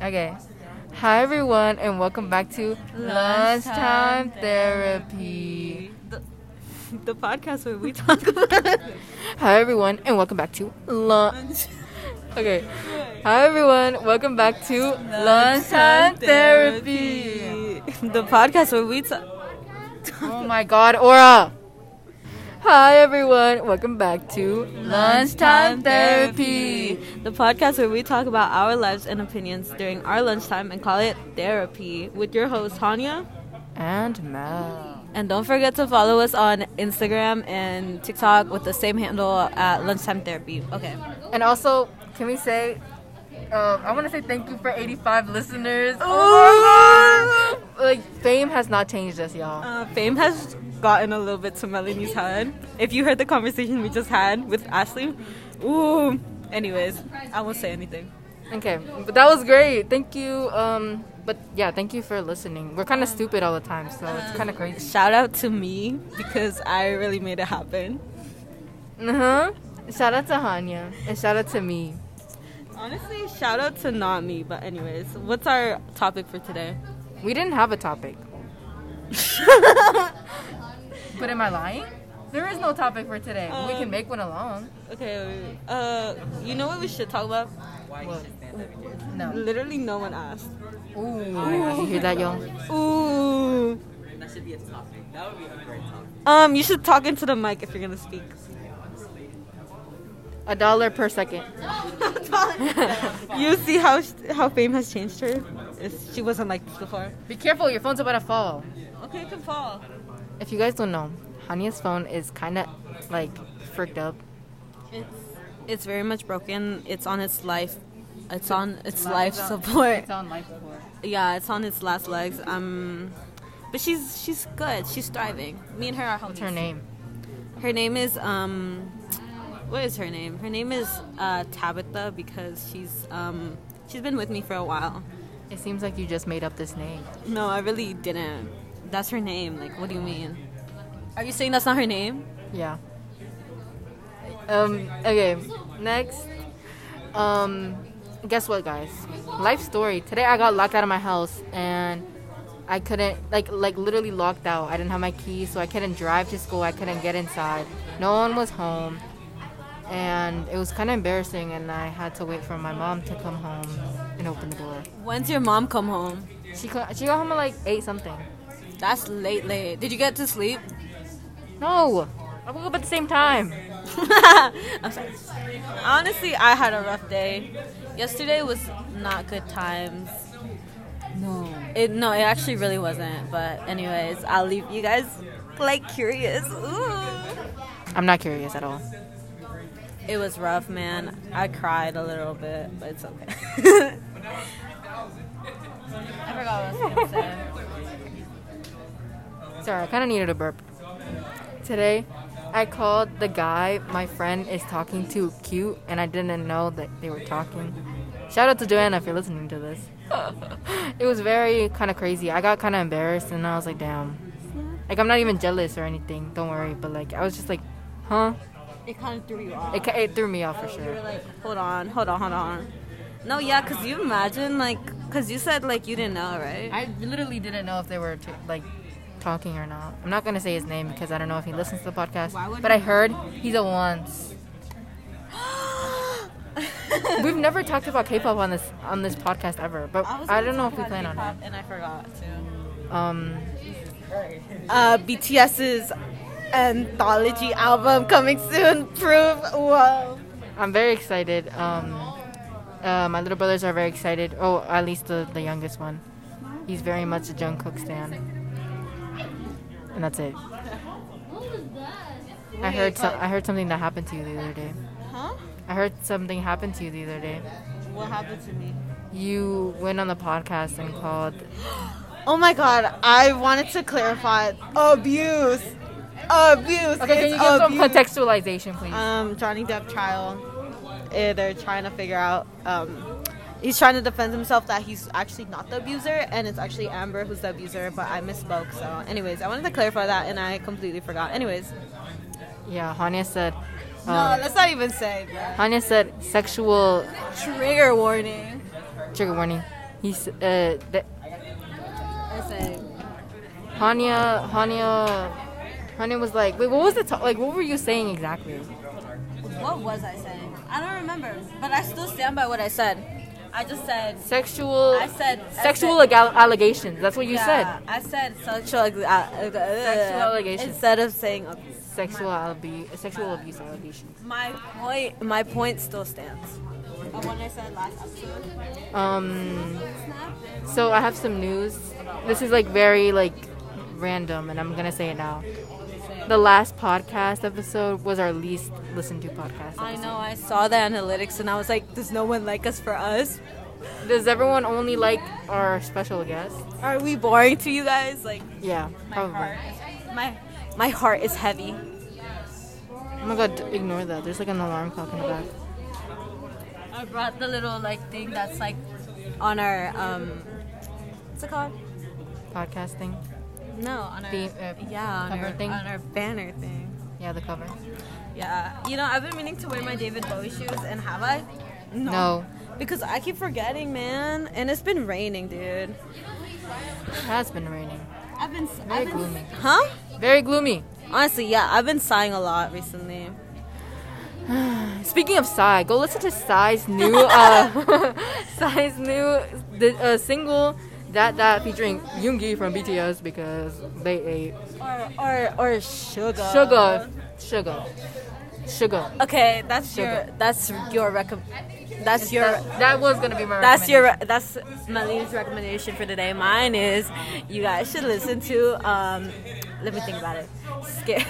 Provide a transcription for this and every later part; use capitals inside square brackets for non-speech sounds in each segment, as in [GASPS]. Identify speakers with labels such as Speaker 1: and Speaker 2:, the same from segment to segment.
Speaker 1: Okay. Hi everyone and welcome back to Lunchtime Therapy.
Speaker 2: The, the podcast where we talk about
Speaker 1: Hi everyone and welcome back to lunch. [LAUGHS] Okay. Hi everyone, welcome back to Lunchtime Therapy.
Speaker 2: The podcast where we talk.
Speaker 1: Oh my god, Aura. Hi everyone, welcome back to Lunchtime Therapy.
Speaker 2: The podcast where we talk about our lives and opinions during our lunchtime and call it therapy with your host, Hanya.
Speaker 1: And Mel.
Speaker 2: And don't forget to follow us on Instagram and TikTok with the same handle at Lunchtime Therapy. Okay.
Speaker 1: And also, can we say um, I want to say thank you for 85 listeners.
Speaker 2: Oh
Speaker 1: Like fame has not changed us, y'all.
Speaker 2: Uh, fame has gotten a little bit to Melanie's head. If you heard the conversation we just had with Ashley, ooh. Anyways, I won't say anything.
Speaker 1: Okay, but that was great. Thank you. Um, but yeah, thank you for listening. We're kind of stupid all the time, so it's kind of crazy.
Speaker 2: Shout out to me because I really made it happen.
Speaker 1: Uh huh. Shout out to Hanya and shout out to me.
Speaker 2: Honestly, shout out to not me. But anyways, what's our topic for today?
Speaker 1: We didn't have a topic. [LAUGHS] but am I lying? There is no topic for today. we can
Speaker 2: Um,
Speaker 1: make one alone.
Speaker 2: Okay. Uh, you know what we should talk about?
Speaker 1: What? No.
Speaker 2: Literally, no one asked.
Speaker 1: Ooh. you hear that, y'all?
Speaker 2: Ooh.
Speaker 3: That should be a topic. That would be a great topic.
Speaker 2: Um, you should talk into the mic if you're gonna speak.
Speaker 1: A dollar per second.
Speaker 2: [LAUGHS] you see how sh- how fame has changed her? It's, she wasn't like this before.
Speaker 1: Be careful, your phone's about to fall.
Speaker 2: Okay, it can fall.
Speaker 1: If you guys don't know, Hania's phone is kind of like freaked up.
Speaker 2: It's it's very much broken. It's on its life. It's on its life support.
Speaker 1: on life support.
Speaker 2: Yeah, it's on its last legs. Um, but she's she's good. She's thriving. Me and her are homies.
Speaker 1: What's her name?
Speaker 2: Her name is um, what is her name? Her name is uh, Tabitha because she's um, she's been with me for a while.
Speaker 1: It seems like you just made up this name.
Speaker 2: No, I really didn't. That's her name. Like, what do you mean? Are you saying that's not her name?
Speaker 1: Yeah. Um. Okay. Next. Um. Guess what, guys? Life story. Today I got locked out of my house and I couldn't like like literally locked out. I didn't have my keys, so I couldn't drive to school. I couldn't get inside. No one was home, and it was kind of embarrassing. And I had to wait for my mom to come home and open the door.
Speaker 2: When's your mom come home?
Speaker 1: She co- she got home at like eight something.
Speaker 2: That's late, late. Did you get to sleep?
Speaker 1: No, I woke up at the same time.
Speaker 2: I'm sorry. Honestly, I had a rough day. Yesterday was not good times.
Speaker 1: No.
Speaker 2: It no, it actually really wasn't. But anyways, I'll leave you guys like curious. Ooh.
Speaker 1: I'm not curious at all.
Speaker 2: It was rough, man. I cried a little bit, but it's okay. [LAUGHS] I forgot what I was gonna
Speaker 1: Sorry, I kind of needed a burp. Today, I called the guy my friend is talking to cute, and I didn't know that they were talking. Shout out to Joanna if you're listening to this. [LAUGHS] it was very kind of crazy. I got kind of embarrassed, and I was like, damn. Like, I'm not even jealous or anything, don't worry, but like, I was just like, huh?
Speaker 2: say. It kind of threw you off.
Speaker 1: It, ca- it threw me off for
Speaker 2: You were
Speaker 1: sure.
Speaker 2: like, hold on, hold on, hold on. No, yeah, cause you imagine like, cause you said like you didn't know, right?
Speaker 1: I literally didn't know if they were t- like talking or not. I'm not gonna say his name because I don't know if he listens to the podcast.
Speaker 2: Why would
Speaker 1: But I
Speaker 2: he?
Speaker 1: heard he's a
Speaker 2: [GASPS]
Speaker 1: once. We've never talked about K-pop on this on this podcast ever, but
Speaker 2: I was
Speaker 1: I,
Speaker 2: gonna
Speaker 1: don't know if
Speaker 2: talk
Speaker 1: we
Speaker 2: about
Speaker 1: plan on
Speaker 2: K-pop And I forgot too.
Speaker 1: it. Um,
Speaker 2: Uh, BTS's anthology album coming soon. Proof. Whoa.
Speaker 1: I'm very excited. Um, uh, my little brothers are very excited. Oh, at least the, the youngest one. He's very much a Jungkook stan. And that's it. I heard so- I heard something that happened to you the other day.
Speaker 2: Huh?
Speaker 1: I heard something happened to you the other day.
Speaker 2: What happened to me?
Speaker 1: You went on the podcast and called.
Speaker 2: Oh my god, I wanted to clarify abuse. Abuse.
Speaker 1: Okay, can you
Speaker 2: It's
Speaker 1: give some Uh,
Speaker 2: abuse.
Speaker 1: Oh, contextualization, please?
Speaker 2: Um, Johnny Depp trial. eh, They're trying to figure out. Um, he's trying to defend himself that he's actually not the abuser, and it's actually Amber who's the abuser. But I misspoke. So, anyways, I wanted to clarify that, and I completely forgot. Anyways,
Speaker 1: yeah, Hanya said.
Speaker 2: no,
Speaker 1: Um,
Speaker 2: let's not even say.
Speaker 1: Hanya said sexual
Speaker 2: Trigger warning.
Speaker 1: Trigger warning. He's uh, the,
Speaker 2: I say,
Speaker 1: Hanya, Hanya, Hanya was like, wait, what was the to- like? What were you saying exactly?
Speaker 2: what was I saying? I don't remember, but I still stand by what I said. I just said
Speaker 1: Sexual.
Speaker 2: I said- I
Speaker 1: sexual
Speaker 2: said-
Speaker 1: ag- allegations. That's what you
Speaker 2: yeah,
Speaker 1: said.
Speaker 2: I said sexual, uh, uh,
Speaker 1: Sexual allegation.
Speaker 2: instead of saying abuse.
Speaker 1: Sexual abuse. Sexual abuse allegations.
Speaker 2: My point, my point still stands. And what I said last episode.
Speaker 1: Um. So I have some news. This is like very like random, and I'm gonna say it now. The last podcast episode was our least listened to podcast.
Speaker 2: I
Speaker 1: episode.
Speaker 2: know. I saw the analytics, and I was like, "Does no one like us for us?
Speaker 1: Does everyone only like our special guest?
Speaker 2: Are we boring to you guys?" Like,
Speaker 1: Yeah, probably.
Speaker 2: my my heart is heavy.
Speaker 1: Oh my god, d- ignore that. There's like an alarm clock in the back.
Speaker 2: I brought the little like thing that's like on our um, what's it called?
Speaker 1: Podcast thing.
Speaker 2: No, on our
Speaker 1: The, uh,
Speaker 2: yeah, on
Speaker 1: cover
Speaker 2: our
Speaker 1: thing?
Speaker 2: on our banner thing.
Speaker 1: Yeah, the cover.
Speaker 2: Yeah, you know, I've been meaning to wear my David Bowie shoes, and have I?
Speaker 1: No.
Speaker 2: Because I keep forgetting, man, and it's been raining, dude.
Speaker 1: It has been raining.
Speaker 2: I've been,
Speaker 1: Very gloomy.
Speaker 2: huh?
Speaker 1: Very gloomy.
Speaker 2: Honestly, yeah, I've been sighing a lot recently.
Speaker 1: Speaking of Psy, go listen to Psy's new uh [LAUGHS] Psy's new the, uh, single that that featuring Yoongi from BTS because they ate
Speaker 2: Or, or, or sugar.
Speaker 1: sugar, sugar, sugar.
Speaker 2: Okay, that's
Speaker 1: Sugar.
Speaker 2: your, that's your rec. That's your.
Speaker 1: That, that was gonna be my.
Speaker 2: That's your.
Speaker 1: recommendation.
Speaker 2: re- That's Meline's recommendation for today. Mine is, you guys should listen to. Um, let me think about it. Skip.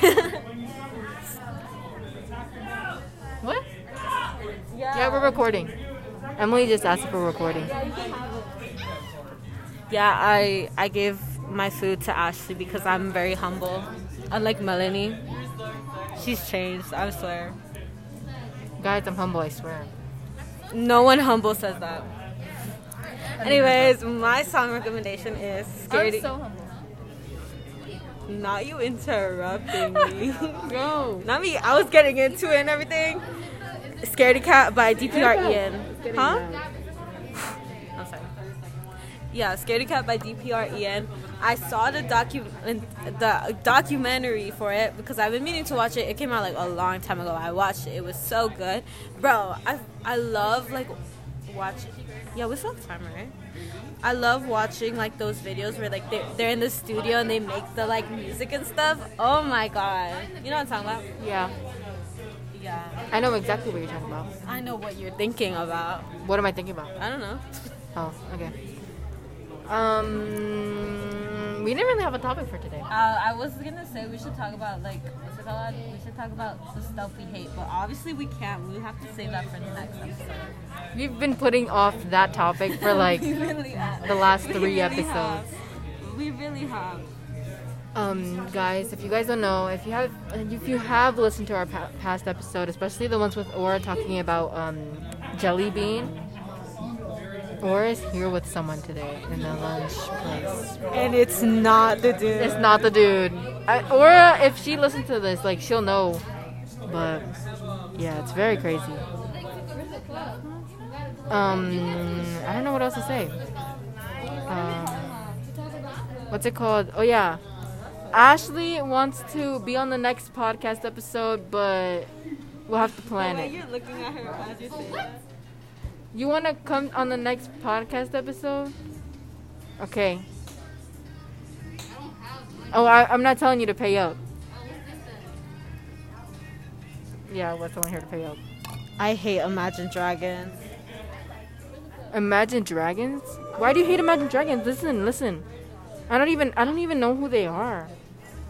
Speaker 1: What? Yeah, we're recording. Emily just asked if we're recording.
Speaker 2: [LAUGHS] Yeah, I I give my food to Ashley because I'm very humble. Unlike Melanie, she's changed. I swear.
Speaker 1: Guys, I'm humble. I swear.
Speaker 2: No one humble says that. Anyways, my song recommendation is "Scared."
Speaker 1: humble.
Speaker 2: Not you interrupting me. [LAUGHS]
Speaker 1: Go.
Speaker 2: Not me. I was getting into it and everything. Scaredy Cat by DPR Ian. E Huh? I'm sorry. Yeah, Scaredy Cat by DPR Ian. E I saw the docu- the documentary for it because I've been meaning to watch it. It came out like a long time ago. I watched it. It was so good, bro. I I love like watching. Yeah, we still have time, right? I love watching like those videos where like they're, they're in the studio and they make the like music and stuff. Oh my god, you know what I'm talking about?
Speaker 1: Yeah,
Speaker 2: Yeah,
Speaker 1: I know exactly what you're talking about.
Speaker 2: I know what you're thinking about.
Speaker 1: What am I thinking about?
Speaker 2: I don't know.
Speaker 1: Oh, okay. Um, we didn't really have a topic for today.
Speaker 2: Uh, I was gonna say we should talk about like what's it called? We should talk about the stuff we hate, but obviously we can't. We have to save that for the next episode.
Speaker 1: We've been putting off that topic for like
Speaker 2: [LAUGHS] we really have.
Speaker 1: the last
Speaker 2: We
Speaker 1: three
Speaker 2: really have.
Speaker 1: episodes.
Speaker 2: We really have.
Speaker 1: Um, guys, if you guys don't know, if you have if you have listened to our pa- past episode, especially the ones with Aura talking about um, Jelly Bean, Aura is here with someone today in the lunch place.
Speaker 4: And it's not the dude.
Speaker 1: It's not the dude. I, Aura, if she listens to this, like she'll know. But yeah, it's very crazy. Um, I don't know what else to say. Um, what's it called? Oh yeah, Ashley wants to be on the next podcast episode, but we'll have to plan it.
Speaker 2: you're looking at her as you say
Speaker 1: You want to come on the next podcast episode? Okay. Oh, I, I'm not telling you to pay up. Yeah, I was telling her to pay up.
Speaker 4: I hate Imagine Dragons.
Speaker 1: Imagine Dragons? Why do you hate Imagine Dragons? Listen, listen. I don't even I don't even know who they are.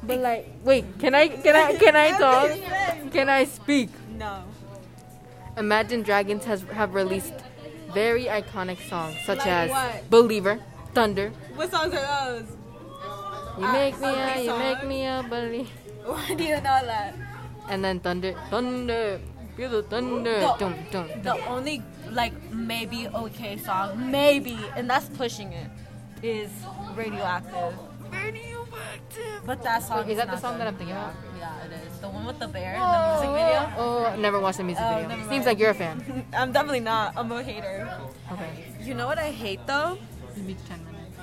Speaker 1: But like, wait, can I can I can [LAUGHS] I talk? Can I speak?
Speaker 2: No.
Speaker 1: Imagine Dragons has have released very iconic songs such
Speaker 2: Like
Speaker 1: as
Speaker 2: what?
Speaker 1: Believer, Thunder,
Speaker 2: What songs are those?
Speaker 1: You
Speaker 2: Uh,
Speaker 1: make me
Speaker 2: okay,
Speaker 1: a, you make
Speaker 2: sorry.
Speaker 1: me a buddy.
Speaker 2: Why do you know that?
Speaker 1: And then thunder, thunder, feel the thunder.
Speaker 2: No.
Speaker 1: Dum, dum,
Speaker 2: The
Speaker 1: dum.
Speaker 2: only like maybe okay song, maybe, and that's pushing it, is radioactive. Radioactive. But that song
Speaker 1: Wait, is that the
Speaker 2: not
Speaker 1: song
Speaker 2: good.
Speaker 1: that I'm thinking about?
Speaker 2: Yeah, it is the one with the bear in the music video.
Speaker 1: Oh, I've never watched the music
Speaker 2: Oh,
Speaker 1: video.
Speaker 2: never
Speaker 1: Seems
Speaker 2: [LAUGHS] mind.
Speaker 1: like you're a fan.
Speaker 2: I'm definitely not. I'm a hater.
Speaker 1: Okay.
Speaker 2: You know what I hate though?
Speaker 1: Maybe ten minutes.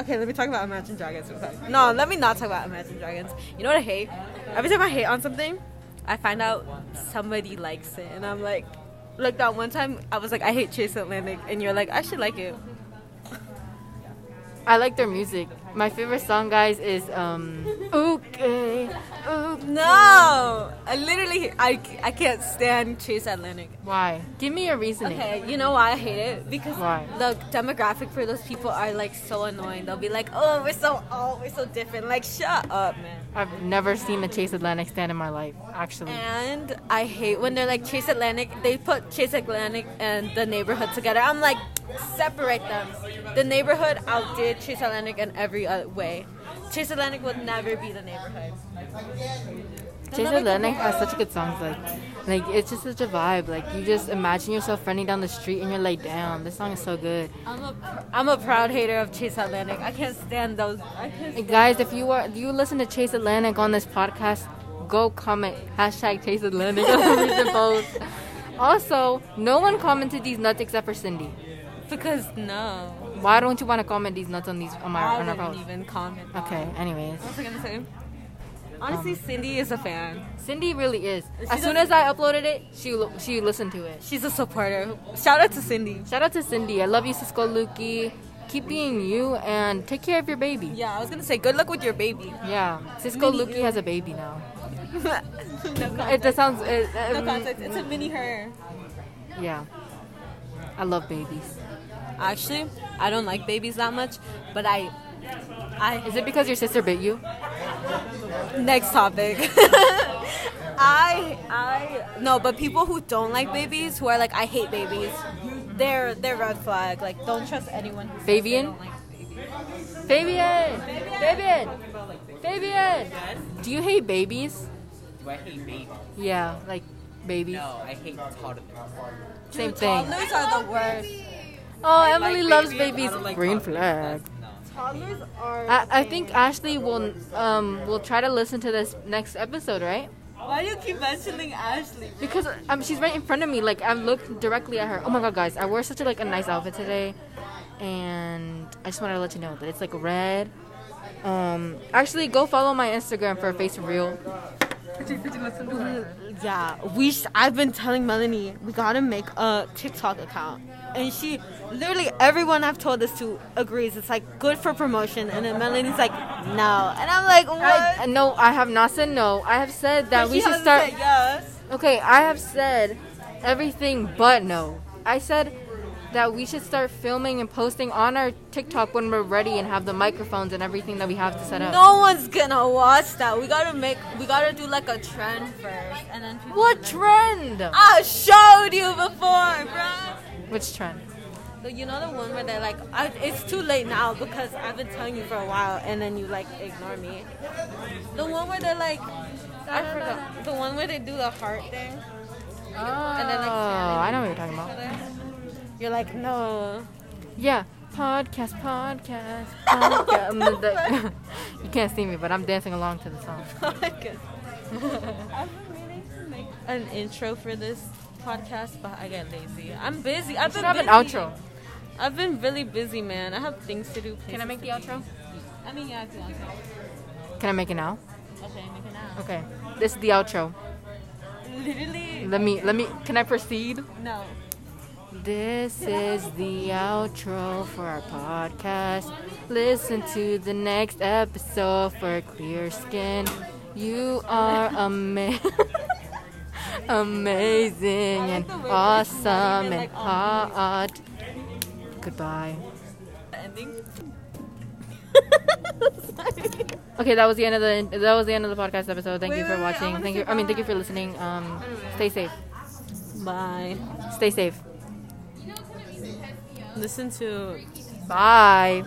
Speaker 4: Okay, let me talk about Imagine Dragons real quick.
Speaker 2: No, let me not talk about Imagine Dragons. You know what I hate? Every time I hate on something, I find out somebody likes it, and I'm like, like that one time I was like, I hate Chase Atlantic, and you're like, I should like it.
Speaker 1: I like their music. My favorite song, guys, is um. Okay. okay.
Speaker 2: No, I literally, I, I can't stand Chase Atlantic.
Speaker 1: Why? Give me your reasoning.
Speaker 2: Okay, you know why I hate it? Because
Speaker 1: Why?
Speaker 2: the demographic for those people are like so annoying. They'll be like, oh, we're so old, we're so different. Like, shut up, man.
Speaker 1: I've never seen a Chase Atlantic stand in my life,
Speaker 2: Mm.
Speaker 1: actually.
Speaker 2: And I hate when they're like Chase Atlantic. They put Chase Atlantic and the neighborhood together. I'm like, separate them. The neighborhood outdid Chase Atlantic in every uh, way. Chase Atlantic will never be the neighborhood.
Speaker 1: Chase Atlantic has such good songs, like, like it's just such a vibe. Like you just imagine yourself running down the street and you're like, damn, this song is so good.
Speaker 2: I'm a, pr- I'm a proud hater of Chase Atlantic. I can't stand those. I can't
Speaker 1: Hey, guys, if you are you listen to Chase Atlantic on this podcast, go comment hashtag Chase Atlantic [LAUGHS] on the recent post. Also, no one commented these nuts except for Cindy.
Speaker 2: because no.
Speaker 1: Why don't you want to comment these nuts on these on my
Speaker 2: I
Speaker 1: on our
Speaker 2: wouldn't
Speaker 1: post?
Speaker 2: even comment. on
Speaker 1: Okay. Um,
Speaker 2: it.
Speaker 1: Anyways,
Speaker 2: What was I gonna say? Honestly, Cindy is a fan.
Speaker 1: Cindy really is. As
Speaker 2: does-
Speaker 1: soon as I uploaded it, she lo- she listened to it.
Speaker 2: She's a supporter. Shout out to Cindy.
Speaker 1: Shout out to Cindy. I love you, Cisco Luki. Keep being you and take care of your baby.
Speaker 2: Yeah, I was gonna say good luck with your baby. [LAUGHS]
Speaker 1: Yeah, Cisco Luki has a baby now.
Speaker 2: no
Speaker 1: It that sounds. It,
Speaker 2: No
Speaker 1: um,
Speaker 2: context. It's a mini her.
Speaker 1: yeah, I love babies.
Speaker 2: Actually, I don't like babies that much, but I, I
Speaker 1: Is it because your sister bit you?
Speaker 2: next topic. [LAUGHS] I I no, but people who don't like babies, who are like I hate babies, they're they're red flag. Like don't trust anyone. Who says they
Speaker 1: Fabian?
Speaker 2: don't like babies.
Speaker 1: Fabian, Fabian, Fabian. Do you hate babies?
Speaker 5: Do I hate babies?
Speaker 1: Yeah, like babies.
Speaker 5: No, I hate toddlers.
Speaker 1: Same
Speaker 2: Dude,
Speaker 1: thing.
Speaker 2: Toddlers are the worst.
Speaker 1: Oh,
Speaker 5: I
Speaker 1: Emily
Speaker 5: like
Speaker 1: loves
Speaker 5: babies, I
Speaker 1: babies.
Speaker 5: don't like
Speaker 1: Green
Speaker 5: toddlers.
Speaker 1: flag.
Speaker 5: That's- No.
Speaker 2: Toddlers are.
Speaker 1: I, I think Ashley will um will try to listen to this next episode, right?
Speaker 2: Why do you keep mentioning Ashley?
Speaker 1: Because um, she's right in front of me. Like I looked directly at her. Oh my god, guys! I wore such a, like a nice outfit today, and I just wanted to let you know that it's like red. Um, actually, go follow my Instagram for a face reveal.
Speaker 4: Yeah, we. Sh- I've been telling Melanie we gotta make a TikTok account, and she, literally everyone I've told this to agrees. It's like good for promotion, and then Melanie's like, no, and I'm like, what?
Speaker 1: I, uh, no, I have not said no. I have said that we
Speaker 2: She
Speaker 1: should
Speaker 2: hasn't
Speaker 1: start.
Speaker 2: said Yes.
Speaker 1: Okay, I have said everything but no. I said that we should start filming and posting on our TikTok when we're ready and have the microphones and everything that we have to set up.
Speaker 2: No one's gonna watch that. We gotta make. We gotta do like a trend first, and then people.
Speaker 1: What trend?
Speaker 2: I showed you before, bro.
Speaker 1: Which trend?
Speaker 2: So you know the one where they're like, I, "It's too late now because I've been telling you for a while," and then you like ignore me. The one where they're like, I forgot. The one where they do the heart thing.
Speaker 1: Oh,
Speaker 2: then, like,
Speaker 1: I know what you're talking about.
Speaker 2: You're like, no. [LAUGHS]
Speaker 1: Yeah, podcast, podcast, [LAUGHS] podcast. Um, the- [LAUGHS] you can't see me, but I'm dancing along to the song.
Speaker 2: I've been meaning to make an intro for this podcast, but I get lazy. I'm busy. I've
Speaker 1: Should
Speaker 2: been
Speaker 1: have an
Speaker 2: busy.
Speaker 1: outro.
Speaker 2: I've been really busy, man. I have things to do.
Speaker 1: Can I make the
Speaker 2: places to
Speaker 1: outro?
Speaker 2: be. I mean, yeah, I do.
Speaker 1: Can I make it now?
Speaker 2: Okay, make it now.
Speaker 1: Okay, this is the outro.
Speaker 2: Literally,
Speaker 1: Let me, let me. Can I proceed?
Speaker 2: no.
Speaker 1: This is the outro for our podcast. Listen to the next episode for clear skin. You
Speaker 2: [LAUGHS]
Speaker 1: are ama- [LAUGHS] amazing
Speaker 2: I like
Speaker 1: and
Speaker 2: the way that it's not
Speaker 1: awesome
Speaker 2: even,
Speaker 1: and
Speaker 2: like, "Oh, on
Speaker 1: hot. Goodbye.
Speaker 2: Ending.
Speaker 1: Okay, that was the end of the that was the end of the podcast episode. Thank you
Speaker 2: Wait,
Speaker 1: for
Speaker 2: wait, wait, I
Speaker 1: watching.
Speaker 2: wanna
Speaker 1: Thank
Speaker 2: say
Speaker 1: you. I mean, thank you for listening. Um, stay safe.
Speaker 2: Bye.
Speaker 1: Stay safe.
Speaker 2: Listen to
Speaker 1: Bye.